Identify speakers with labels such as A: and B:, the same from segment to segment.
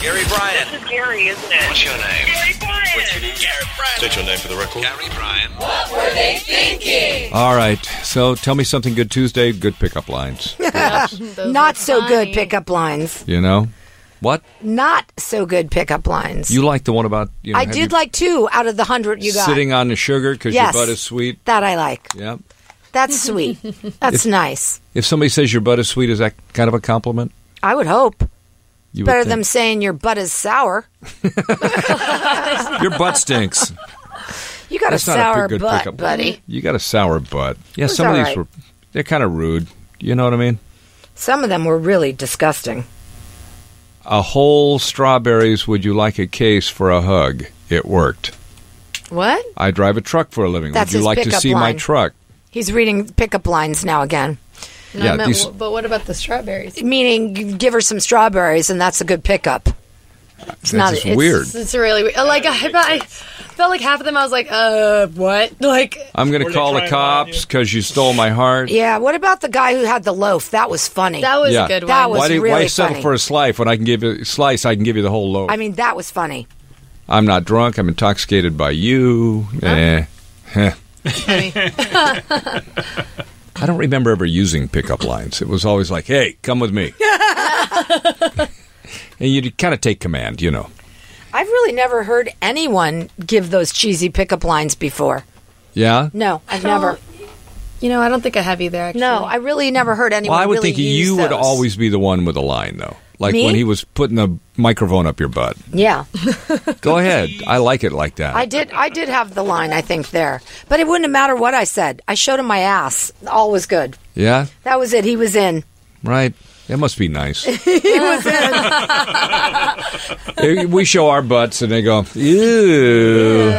A: Gary Bryan.
B: This is Gary, isn't it?
A: What's your name?
B: Gary Bryan.
A: What's your name? Gary Bryan.
C: State your name for the record.
A: Gary Bryan.
D: All right. So tell me something good Tuesday. Good pickup lines.
E: Not so good pickup lines.
D: You know what?
E: Not so good pickup lines.
D: You like the one about you know?
E: I
D: have
E: did
D: you
E: like two out of the hundred you got.
D: sitting on the sugar because
E: Yes.
D: your butt is sweet.
E: That I like.
D: Yeah.
E: That's sweet. That's nice.
D: If somebody says your butt is sweet, is that kind of a compliment?
E: I would hope.
D: You would
E: Better
D: think.
E: than saying your butt is sour.
D: your butt stinks.
E: You got
D: That's not
E: a
D: a
E: sour
D: good
E: butt,
D: pickup.
E: buddy.
D: You got a sour butt. Yeah,
E: was
D: some of
E: all
D: these
E: right.
D: were they're kind of rude. You know what I mean?
E: Some of them were really disgusting.
D: A whole strawberries. Would you like a case for a hug? It worked.
E: What?
D: I drive a truck for a living.
E: That's
D: would you
E: his
D: like to
E: pickup
D: see my
E: line.
D: truck?
E: He's reading pickup lines now again,
F: And I
D: Yeah,
F: meant,
D: these-
F: "Well, but what about the strawberries?
E: meaning g- give her some strawberries, and that's a good pickup.
D: It's
E: not-
D: just
E: it's-
D: weird.
F: It's, it's really weird. Like I, I felt like half of them. I was like, uh, what? Like
D: I'm going to call the cops because you stole my heart.
E: Yeah. What about the guy who had the loaf? That was funny.
F: that was
D: Yeah.
F: a good one.
E: That was
D: why, do, why
E: really
D: settle
E: funny.
D: for a slice when I can give you a slice? I can give you the whole loaf.
E: I mean, that was funny.
D: I'm not drunk. I'm intoxicated by you. Eh. Heh. I don't remember ever using pickup lines. It was always like, "Hey, come with me," and you'd kind of take command, you know.
E: I've really never heard anyone give those cheesy pickup lines before.
D: Yeah.
E: No, I've never.
F: you know, I don't think I have either. Actually,
E: No, I really never heard anyone.
D: Well, I would
E: really
D: think
E: use
D: you would
E: those.
D: always be the one with a line, though. Like
E: Me?
D: when he was putting the microphone up your butt.
E: Yeah,
D: Go ahead. I like it like that.
E: I did. I did have the line. I think there, but it wouldn't have mattered what I said. I showed him my ass. All was good.
D: yeah.
E: That was it. He was in.
D: Right. That must be nice. Eh, we show our butts and they go, ew.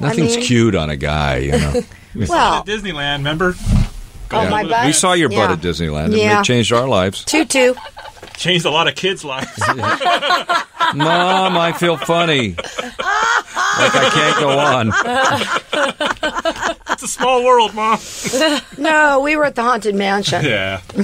D: Nothing's
E: mean-
D: cute on a guy, you know.
E: Well,
G: Disneyland, remember?
E: oh my butt.
D: We saw your butt
E: Yeah.
D: at Disneyland and
E: Yeah.
D: it changed our lives.
E: Tutu.
G: Changed a lot of kids' lives.
D: Mom, I feel funny. Like I can't go on.
G: it's a small world, Mom.
E: No, we were at the haunted mansion.
G: Yeah.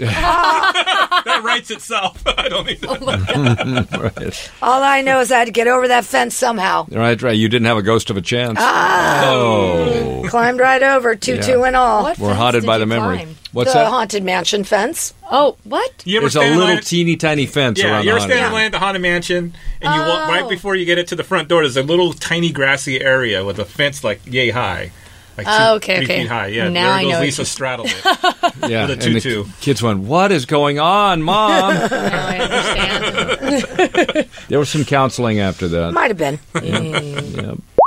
G: that writes itself. I don't need
F: Oh
G: to.
D: Right.
E: All I know is I had to get over that fence somehow.
D: right, right. You didn't have a ghost of a chance.
E: Ah.
D: Oh.
E: Climbed right over, tutu
D: Yeah.
E: and all.
F: What
D: We're
F: fence
D: haunted
F: did
D: by
F: you
D: the memory.
F: climb?
D: What's
E: the
D: that?
E: haunted mansion fence.
F: Oh, what?
G: You ever
D: There's a
G: stand in line
D: little
G: at-
D: teeny tiny fence
G: Yeah,
D: around
G: you ever
D: the
G: stand in
D: haunted-
G: line at the haunted mansion, and you walk right
F: Oh.
G: before you get it to the front door. There's a little tiny grassy area with a fence like yay high, like two,
F: Oh, okay,
G: three
F: okay.
G: feet high. Yeah,
F: Now I
G: there goes
F: know
G: Lisa
F: what you-
G: straddled it.
D: yeah,
G: with a
D: and the
G: tutu.
D: kids went, What is going on, Mom?
F: No, I understand.
D: There was some counseling after that.
E: Might have been.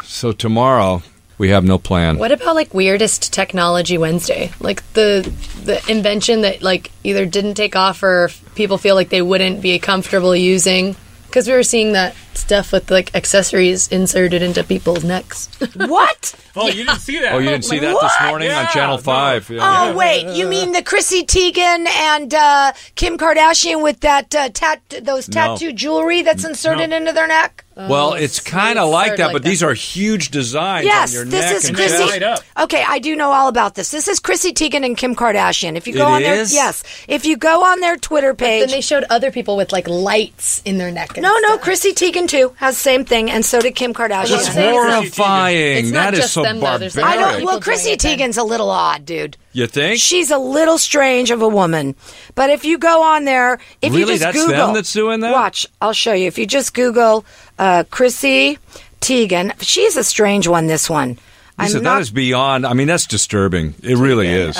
D: So tomorrow we have no plan.
F: what about like weirdest technology Wednesday? Like the the invention that like either didn't take off or people feel like they wouldn't be comfortable using. Because we were seeing that stuff with like accessories inserted into people's necks.
E: what?
G: Oh, you didn't see that?
D: Oh, you didn't see that this
E: What?
D: morning on
G: Yeah,
D: Channel
G: no.
D: Five. Yeah.
E: Oh wait, you mean the Chrissy Teigen and uh, Kim Kardashian with that uh, tat those
D: No.
E: tattoo jewelry that's inserted into their neck?
D: well, it's kind of like
F: Sort
D: that,
F: like
D: but
F: that.
D: these are huge designs
E: Yes,
D: on your neck
E: this is
D: and
E: Chrissy.
D: chest.
G: tied up.
E: Okay, I do know all about this. This is Chrissy Teigen and Kim Kardashian. If you go
D: It
E: on their
D: is?
E: yes, if you go on their Twitter
F: Then
E: page,
F: they showed other people with like lights in their neck. and
E: no, no,
F: stuff.
E: Chrissy Teigen too has same thing, and so did Kim
F: That's
E: Kardashian.
F: saying it's not-
D: Horrifying!
F: It's not
D: That is
F: just
D: so
F: them, though.
D: barbaric.
F: There's like
E: I don't.
F: People
E: Well,
F: doing
E: Chrissy
F: it then.
E: Teigen's a little odd, dude.
D: you think?
E: She's a little strange of a woman. But if you go on there, if you
D: Really?
E: just
D: That's
E: Google,
D: them that's doing that?
E: Watch, I'll show you. If you just Google uh, Chrissy Teigen, she's a strange one. This one,
D: Lisa, that is beyond. I mean, that's disturbing. It really is.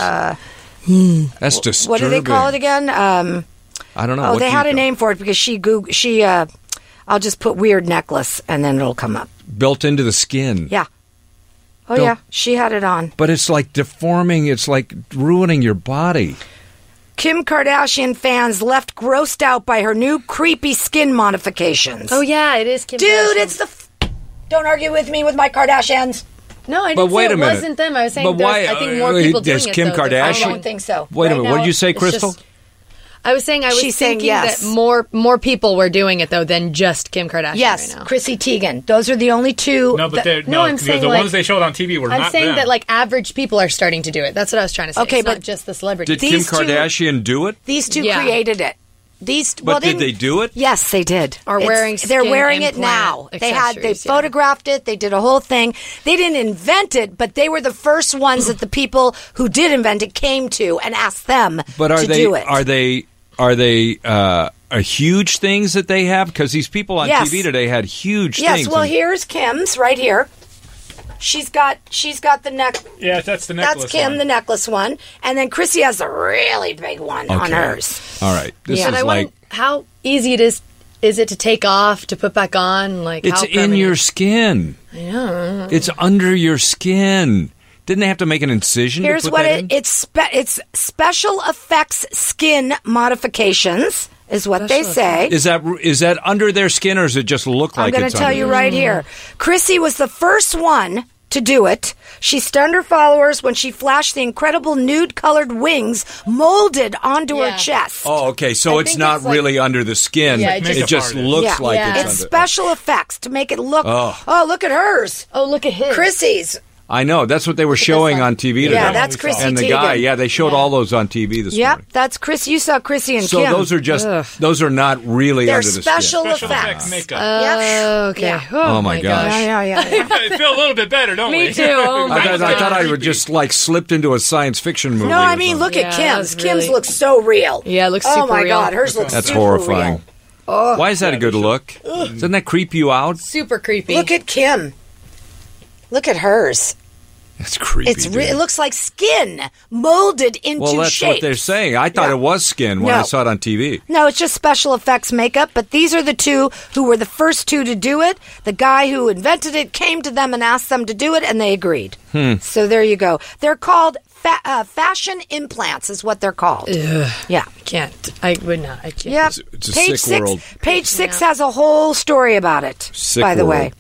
D: Hmm. that's disturbing.
E: Uh, hmm. What do they call it again? Um,
D: I don't know.
E: oh,
D: What
E: they
D: do
E: had
D: you
E: a
D: call-
E: name for it because she Goog- she. Uh, I'll just put weird necklace and then it'll come up.
D: built into the skin.
E: Yeah. Oh
D: Don't-
E: yeah, she had it on.
D: But it's like deforming. It's like ruining your body.
E: Kim Kardashian fans left grossed out by her new creepy skin modifications.
F: Oh yeah, it is Kim.
E: Dude,
F: Kardashian.
E: it's the. F- don't argue with me with my Kardashians.
F: no. I didn't
D: But
F: say
D: wait
F: it
D: a minute.
F: wasn't them. I was saying,
D: But
F: there's-
D: why-
F: I think more
D: uh,
F: people
D: there's
F: doing it.
D: Kim
F: though, than-
D: Kardashian?
E: I don't think so.
D: Wait
F: Right
D: a minute. what
F: now,
D: did you say,
F: it's
D: Crystal?
F: just- I was saying I was
E: She's saying
F: thinking
E: yes.
F: that more more people were doing it though than just Kim Kardashian
E: Yes,
F: right now.
E: Chrissy Teigen. Those are the only two.
G: No, but
E: that-
G: they're,
F: no,
G: no,
F: I'm
G: the,
F: saying,
G: the
F: like-
G: ones they showed on TV were
F: I'm
G: not
F: saying
G: them.
F: that like average people are starting to do it. That's what I was trying to say.
E: Okay,
F: It's
E: but
F: not just the celebrities.
D: Did
E: These
D: Kim
E: two-
D: Kardashian do it?
E: these two
F: Yeah.
E: created it. these.
D: But did they do it?
E: Yes, they did.
F: Are
E: It's-
F: wearing
E: They're
F: skin
E: wearing it now.
F: implant
E: They had they
F: accessories, yeah.
E: photographed it. They did a whole thing. They didn't invent it, but they were the first ones that the people who did invent it came to and asked them
D: But are
E: to
D: they
E: do it.
D: are they are they uh, are huge things that they have? Because these people on
E: Yes.
D: TV today had huge
E: yes.
D: things.
E: well,
D: and-
E: here's Kim's right here. She's got she's got the neck.
G: Yeah, that's the necklace.
E: That's Kim,
G: one.
E: the necklace one, and then Chrissy has a really big one on
D: Okay.
E: hers.
D: all right. This
E: Yeah.
F: And
D: is
F: I
D: like
F: wonder how easy it is. Is it to take off to put back on? Like
D: it's
F: how
D: in your
F: permanent-
D: skin. It's under your skin. Didn't they have to make an incision?
E: Here's
D: to put
E: what
D: that
E: it,
D: in?
E: it's spe- it's special effects skin modifications is what they say.
D: Is that is that under their skin or does it just look
E: I'm
D: like?
E: going
D: it's
E: to tell
D: under
E: you
D: their
E: right here. Chrissy was the first one to do it. She stunned her followers when she flashed the incredible nude colored wings molded onto
F: Yeah.
E: her chest.
D: Oh, okay. So
F: I
D: it's
F: think
D: not
F: it's like-
D: really under the skin.
F: Yeah,
D: it
F: it
D: just,
F: just-
G: Makeup
D: looks
E: Yeah.
D: like
F: Yeah.
D: it's,
E: It's
D: under.
E: special effects to make it look.
D: Oh.
E: Oh, look at hers.
F: Oh, look at his.
E: Chrissy's.
D: I know. That's what they were showing
F: like-
D: on TV today.
E: Yeah,
G: that
E: that's
G: we saw.
E: Chrissy
D: and the
E: Teigen.
D: guy. Yeah, they showed all those on TV this
E: Yep,
D: morning.
E: that's Chris. You saw Chrissy and
D: So
E: Kim.
D: those are just those are not really
E: They're
D: under the
E: special
D: skin.
G: Special effects
E: effects.
G: makeup.
E: yeah.
F: Oh, okay.
E: Yeah.
F: Oh,
D: Oh, my gosh.
E: Yeah, yeah, yeah, yeah.
G: I feel a little bit better, don't
F: Me
G: we?
F: too. Oh,
D: I thought, I
F: my
D: thought I
F: gosh.
D: would just like slipped into a science fiction movie.
E: No, I
D: or
E: mean,
D: something.
E: look at
F: Yeah,
E: Kim's.
F: that's
E: Kim's
F: really-
E: looks so real.
F: Yeah, it looks
E: Oh
F: super
E: my
F: real.
E: god, hers looks
D: That's
E: super
D: horrifying.
E: real. Oh,
D: Why is that a good look? Doesn't that creep you out?
F: Super creepy.
E: Look at Kim. Look at hers.
D: That's creepy.
E: It's re- it
D: dude.
E: looks like skin molded into
D: well, that's
E: shape.
D: what they're saying. I thought
E: Yeah.
D: it was skin when I
E: No.
D: saw it on TV.
E: No, it's just special effects makeup, but these are the two who were the first two to do it. The guy who invented it came to them and asked them to do it, and they agreed.
D: Hmm.
E: So there you go. They're called fa- uh, fashion implants, is what they're called. Yeah.
F: can't. I would not. I can't.
E: Yep.
D: it's a
E: page
D: sick
E: six.
D: world.
E: Page six has a whole story about it.
D: Sick
E: by the way,
D: world.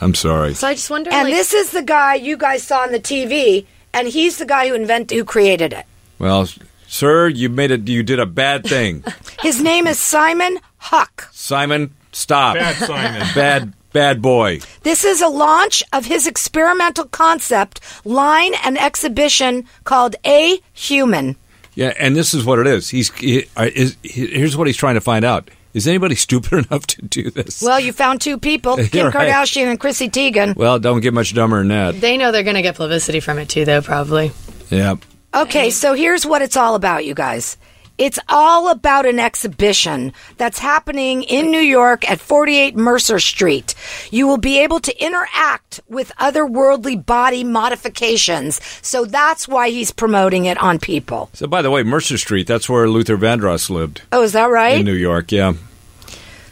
D: I'm sorry.
F: So I just wonder.
E: and
F: like,
E: this is the guy you guys saw on the TV, and he's the guy who invented, who created it.
D: Well, sir, you made it. You did a bad thing,
E: His name is Simon Huck.
D: Simon. Stop.
G: Bad Simon.
D: bad, bad boy.
E: This is a launch of his experimental concept line and exhibition called A Human.
D: Yeah, and this is what it is. He's he, uh, is, he, here's what he's trying to find out. Is anybody stupid enough to do this?
E: Well, you found two people, Kim
D: You're right.
E: Kardashian and Chrissy Teigen.
D: Well, don't get much dumber than that.
F: they know they're going to get publicity from it too, though. Probably.
D: Yeah.
E: Okay, so here's what it's all about, you guys. It's all about an exhibition that's happening in New York at 48 Mercer Street. You will be able to interact with otherworldly body modifications. So that's why he's promoting it on people.
D: So, by the way, Mercer Street, that's where Luther Vandross lived
E: Oh, is that right?
D: in New York. Yeah.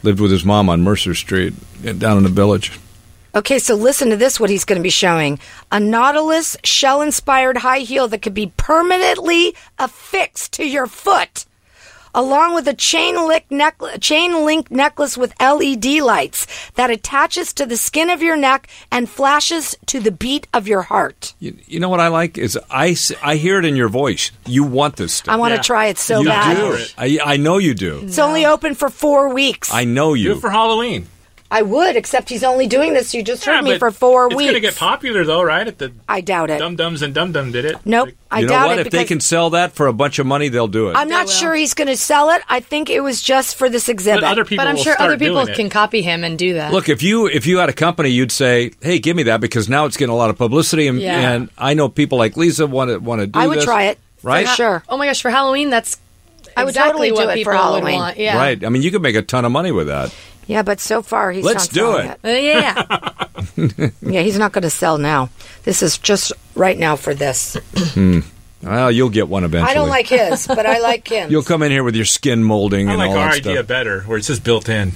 D: Lived with his mom on Mercer Street uh, down in the village.
E: Okay, so listen to this what he's going to be showing. A Nautilus shell inspired high heel that could be permanently affixed to your foot. Along with a chain link, necklace, chain link necklace with LED lights that attaches to the skin of your neck and flashes to the beat of your heart.
D: You, you know what I like is I, s- I hear it in your voice. You want this
E: I
D: stuff.
E: want to
G: Yeah.
E: try it so
D: you
E: bad.
D: do. I, I know you do.
E: It's only open for four weeks.
D: I know
G: Do it
D: you.
G: for Halloween.
E: I would, except he's only doing this. You just heard
G: Yeah,
E: me
G: but
E: for four
G: it's
E: weeks.
G: It's gonna get popular though, right? At the
E: I doubt it.
G: Dum Dums and Dum Dum did it.
E: Nope, I
D: you know
E: doubt
D: what?
E: it.
D: If they
E: because-
D: can sell that for a bunch of money, they'll do it.
E: I'm not
F: will.
E: sure he's going to sell it. I think it was just for this exhibit.
G: But other people.
F: But I'm
G: will
F: sure
G: start
F: other people
G: doing it.
F: can copy him and do that.
D: Look, if you if you had a company, you'd say, "Hey, give me that," because now it's getting a lot of publicity, and,
F: Yeah.
D: and I know people like Lisa want to want to do.
E: I would
D: this,
E: try it, for
D: right?
E: sure.
F: Oh my gosh, for Halloween, that's
E: I would totally
F: exactly
E: do
F: what
E: it for
F: people would
E: Halloween.
F: want. Yeah.
D: Right. I mean, you could make a ton of money with that.
E: yeah, but so far he's
D: Let's
E: not
D: do
E: selling
D: it.
F: Uh, yeah.
E: Yeah, he's not going to sell now. This is just right now for this.
D: Well, you'll get one eventually.
E: I don't like his, but I like him.
D: You'll come in here with your skin molding
G: I
D: and
G: like
D: all
G: our
D: that
G: idea
D: stuff.
G: better, where it's just built in.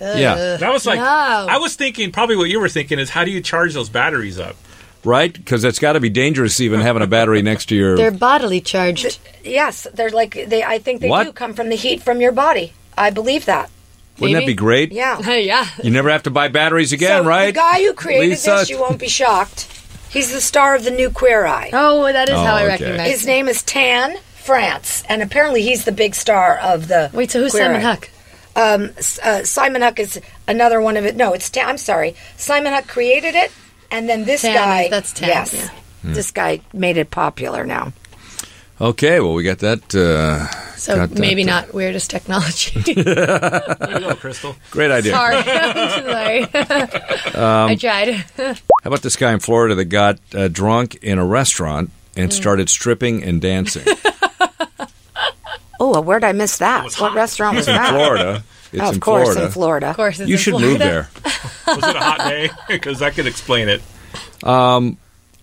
D: Yeah,
G: That was like
F: No.
G: I was thinking. Probably what you were thinking is how do you charge those batteries up?
D: right. Because it's got to be dangerous even having a battery next to your.
F: They're bodily charged.
E: yes, they're like they. I think they
D: What?
E: do come from the heat from your body. I believe that.
D: Wouldn't that
F: maybe.
D: be great?
E: Yeah.
F: yeah.
D: You never have to buy batteries again,
E: so
D: right?
E: The guy who created
D: Lisa,
E: this, you won't be shocked. He's the star of the new Queer Eye.
F: Oh, that is how
D: Oh,
F: I
D: okay.
F: recognize
E: His
F: him.
E: name is Tan France, and apparently he's the big star of the.
F: Wait, so who's
E: Queer
F: Simon
E: Eye.
F: Huck?
E: um, S- uh, Simon Huck is another one of it. No, it's Tan. I'm sorry. Simon Huck created it, and then this
F: Tan,
E: guy.
F: that's Tan,
E: Yes,
F: yeah.
D: Hmm.
E: this guy made it popular now.
D: Okay, well, we got that uh,
F: So
D: Dot, dot,
F: maybe
D: dot.
F: not weirdest technology.
G: There you go, Crystal.
D: Great idea.
F: Sorry, I'm sorry.
D: Um,
F: I tried.
D: How about this guy in Florida that got uh, drunk in a restaurant and
E: Mm.
D: started stripping and dancing?
E: Oh, where'd I miss that?
G: was
E: What
G: hot.
E: restaurant was
D: In
E: that?
D: Florida. It's
E: Oh, of
D: in
E: course,
D: Florida.
E: in Florida.
F: Of course, it's
D: You
F: in
D: should move
F: Florida.
D: there.
G: Was it a hot day? Because that could explain it.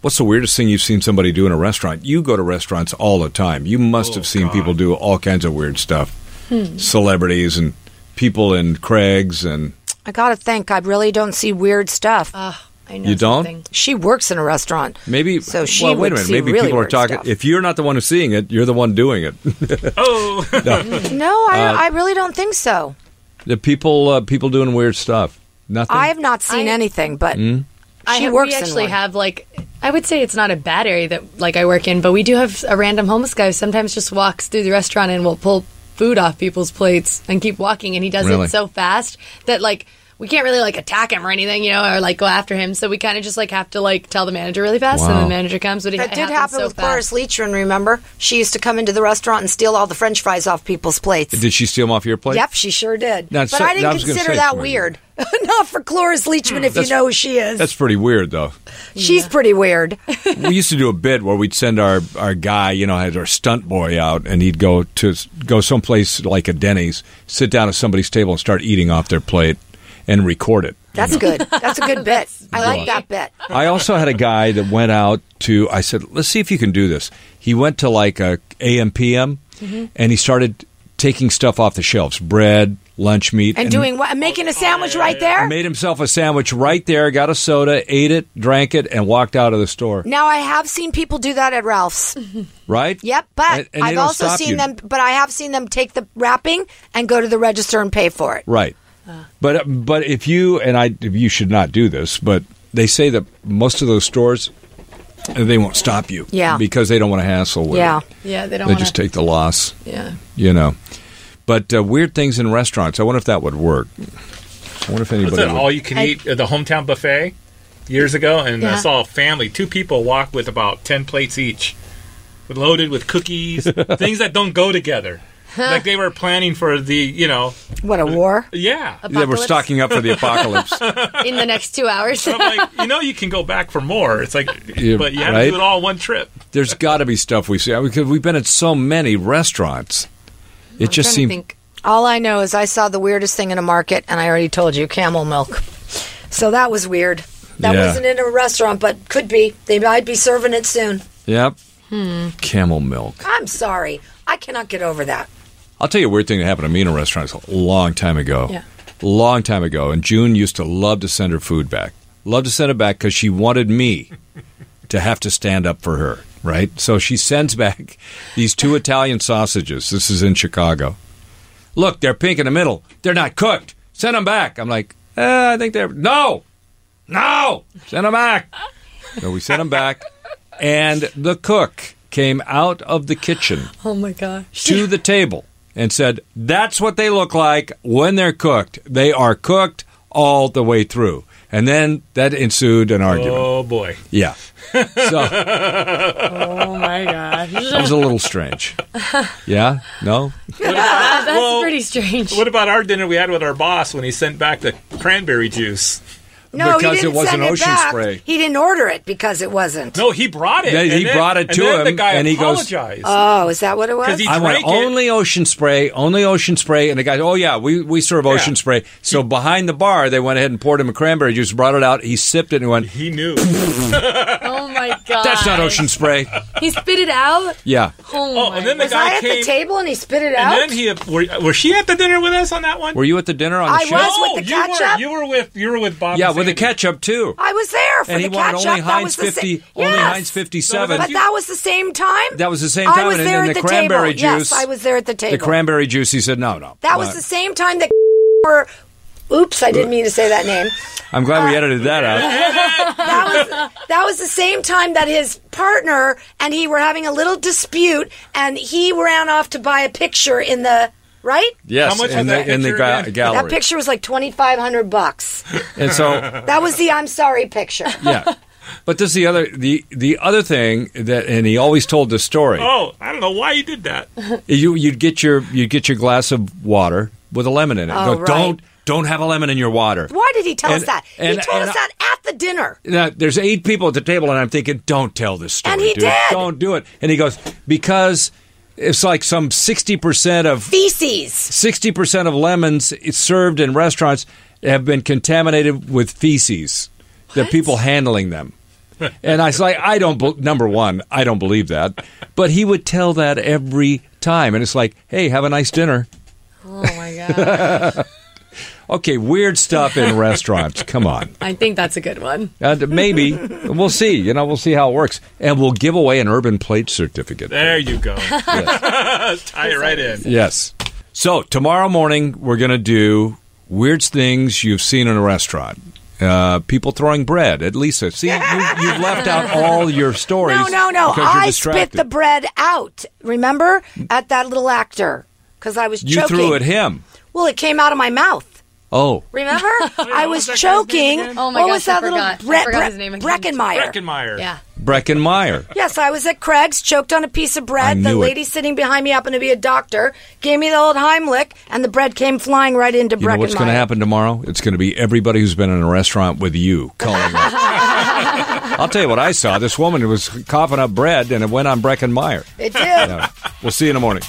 D: What's the weirdest thing you've seen somebody do in a restaurant? You go to restaurants all the time. You must
G: Oh,
D: have seen
G: God.
D: people do all kinds of weird stuff.
E: Hmm.
D: Celebrities and people in Craig's and
E: I gotta think. I really don't see weird stuff.
F: Ah, I know
D: You don't?
F: something.
E: she works in a restaurant.
D: maybe
E: So she
D: well, wait
E: would
D: a minute.
E: see
D: Maybe
E: really
D: people are
E: weird
D: talking.
E: stuff.
D: If you're not the one who's seeing it, you're the one doing it.
G: Oh,
E: No, I,
D: Uh,
E: I really don't think so.
D: the people uh, people doing weird stuff. Nothing.
E: I have not seen
F: I-
E: anything, but
D: Hmm?
F: I
E: she
F: have-
E: works
F: we
E: in
F: actually
E: one.
F: have like I would say it's not a bad area that like I work in, but we do have a random homeless guy who sometimes just walks through the restaurant and will pull food off people's plates and keep walking and he does
D: Really?
F: it so fast that like we can't really like attack him or anything, you know, or like go after him. So we kind of just like have to like tell the manager really fast, and
D: Wow.
F: the manager comes. But it,
E: That
F: it
E: did
F: happens
E: happen
F: so
E: with
F: fast.
E: Boris Leachman, remember? She used to come into the restaurant and steal all the french fries off people's plates.
D: Did she steal them off your plate?
E: Yep, she sure did.
D: Now,
E: but
D: so-
E: I
D: I
E: didn't
D: was gonna
E: consider
D: say,
E: that
D: Maria.
E: weird. Not for Cloris Leachman, if you
D: That's-
E: know who she is.
D: That's pretty weird, though.
E: She's pretty weird.
D: we used to do a bit where we'd send our, our guy, you know, had our stunt boy out, and he'd go to go someplace like a Denny's, sit down at somebody's table and start eating off their plate and record it.
E: That's good. That's a good bit. I like that bit.
D: I also had a guy that went out to. I said, "Let's see if you can do this." He went to like a AM PM,
E: Mm-hmm.
D: and he started taking stuff off the shelves: bread, lunch meat,
E: And doing what? Making a sandwich right there?
D: Made himself a sandwich right there, got a soda, ate it, drank it, and walked out of the store.
E: Now, I have seen people do that at Ralph's.
D: Right?
E: Yep, but
D: And- and they
E: I've
D: don't
E: also
D: stop
E: seen
D: you.
E: them, but I have seen them take the wrapping and go to the register and pay for it.
D: Right.
F: Uh.
D: But but if you and I you should not do this, but they say that most of those stores they won't stop you.
E: Yeah.
D: Because they don't want to hassle with
E: Yeah.
D: it.
F: Yeah, they
D: They
F: don't. want
D: just take the loss,
F: Yeah.
D: you know. But uh, weird things in restaurants. I wonder if that would work. I wonder if
G: was
D: anybody
G: that
D: would.
G: all you can eat at the hometown buffet years ago? And I
F: Yeah.
G: saw a family, two people walk with about ten plates each, loaded with cookies, things that don't go together. Like they were planning for the, you know,
E: What a war!
G: yeah.
D: they were
F: Apocalypse
D: stocking up for the apocalypse.
F: in the next two hours.
G: I'm like, you know, you can go back for more. It's like,
D: Yeah,
G: but you have
D: right?
G: to do it all in one trip.
D: There's got to be stuff we see because we've been at so many restaurants. It just
F: Trying to
D: seemed
F: think.
E: All I know is I saw the weirdest thing in a market, and I already told you camel milk. So that was weird. That
D: Yeah.
E: wasn't in a restaurant, but could be. They might be serving it soon.
D: Yep.
F: Hmm.
D: Camel milk.
E: I'm sorry, I cannot get over that.
D: I'll tell you a weird thing that happened to me in a restaurant a long time ago.
F: Yeah.
D: Long time ago. And June used to love to send her food back. Loved to send it back because she wanted me to have to stand up for her, right? So she sends back these two Italian sausages. This is in Chicago. Look, they're pink in the middle. They're not cooked. Send them back. I'm like, eh, I think they're. No! No! Send them back. So we sent them back. And the cook came out of the kitchen
F: Oh my gosh.
D: to the table and said, That's what they look like when they're cooked. They are cooked all the way through. And then that ensued an argument.
G: Oh boy,
D: Yeah. So
F: Oh my gosh.
D: that was a little strange. Yeah? No?
F: That's
G: Well,
F: pretty strange.
G: what about our dinner we had with our boss when he sent back the cranberry juice?
E: No,
D: Because
E: he
D: it
E: didn't
D: wasn't
E: send it
D: ocean
E: back.
D: spray.
E: He didn't order it because it wasn't.
G: No, he brought it.
D: Yeah, he
G: and then-
D: brought it to
G: and then The
D: him,
G: guy
D: and he goes-
G: apologized.
E: Oh, is that what it was?
G: 'Cause he-
D: I want
G: drank it.
D: only ocean spray, only ocean spray. And the guy, oh, yeah, we, we serve ocean
G: Yeah.
D: spray. So behind the bar, they went ahead and poured him a cranberry juice, brought it out. He sipped it and he went,
G: he knew.
F: Oh my god.
D: That's not ocean spray.
F: He spit it out.
D: Yeah.
F: Oh,
G: Oh,
F: my
G: and then the
E: was
G: guy
E: I at
G: came.
E: the table and he spit it out?
G: And then he were, were she at the dinner with us on that one?
D: Were you at the dinner on the
E: I
D: show?
E: was with the
G: you
E: ketchup?
G: were you were with you were with Bob.
D: Yeah,
G: and
D: with the
G: Sandy.
D: ketchup, too.
E: I was there for
D: and
E: the
D: he wanted
E: catch
D: only
E: up. That
D: Heinz
E: was the sa-
D: fifty, only
E: Yes.
D: Heinz fifty seven.
E: But that was the same time.
D: That was the same
E: I
D: time,
E: was
D: and
E: there
D: then
E: at
D: the
E: the
D: cranberry
E: table.
D: juice-
E: Yes, I was there at the table.
D: the cranberry juice. He said, "No, no." Uh,
E: That was
D: but-
E: the same time that were. Oops, I didn't mean to say that name.
D: I'm glad we edited that out.
E: That was that was the same time that his partner and he were having a little dispute, and he ran off to buy a picture in the right.
D: Yes,
G: How much
D: in
G: was that
D: the, in the
G: picture
D: ga-
G: again?
D: gallery.
E: That picture was like twenty five hundred bucks.
D: And so,
E: That was the I'm sorry picture.
D: yeah, But this is the other the the other thing that, and he always told this story.
G: Oh, I don't know why he did that.
D: You you'd get your you'd get your glass of water with a lemon in it.
E: Oh,
D: Go,
E: right.
D: Don't don't have a lemon in your water.
E: Why did he tell
D: And-
E: us that?
D: and-
E: he told
D: and-
E: us that at the dinner.
D: Now, there's eight people at the table, and I'm thinking, don't tell this story,
E: And he
D: dude.
E: did.
D: Don't do it. And he goes because it's like some sixty percent of
E: Feces.
D: sixty percent of lemons served in restaurants have been contaminated with feces. The people handling them, and I was like, I don't. bel number one, I don't believe that. But he would tell that every time, and it's like, hey, have a nice dinner.
F: Oh my god!
D: Okay, weird stuff in restaurants. Come on,
F: I think that's a good one.
D: Uh, maybe we'll see. You know, we'll see how it works, and we'll give away an urban plate certificate.
G: There you go. Tie it right in.
D: Yes. So tomorrow morning we're going to do weird things you've seen in a restaurant. Uh, people throwing bread at Lisa. See, you, you've left out all your stories.
E: No, no, no.
D: because you're
E: I spit
D: distracted.
E: the bread out. Remember at that little actor because I was
D: You
E: choking.
D: threw at him.
E: Well, it came out of my mouth.
D: Oh,
E: Remember, I was
G: that guy's name
E: choking.
G: again?
F: Oh my
E: what
F: gosh,
E: was that
F: I
E: little
F: forgot. I
E: Brett,
F: forgot
E: Brett,
F: his name again.
E: Breckenmeyer?
G: Breckenmeyer.
F: Yeah.
D: Breckenmeyer.
E: Yes, I was at Craig's, choked on a piece of
D: I
E: bread. The
D: knew it.
E: lady sitting behind me happened to be a doctor, gave me the old Heimlich, and the bread came flying right into
D: You know what's going to happen tomorrow? It's going to be everybody who's been in a restaurant with you calling up. I'll tell you what I saw. This woman was coughing up bread, and it went on Breckenmeyer.
E: It did.
D: All right. We'll see you in the morning.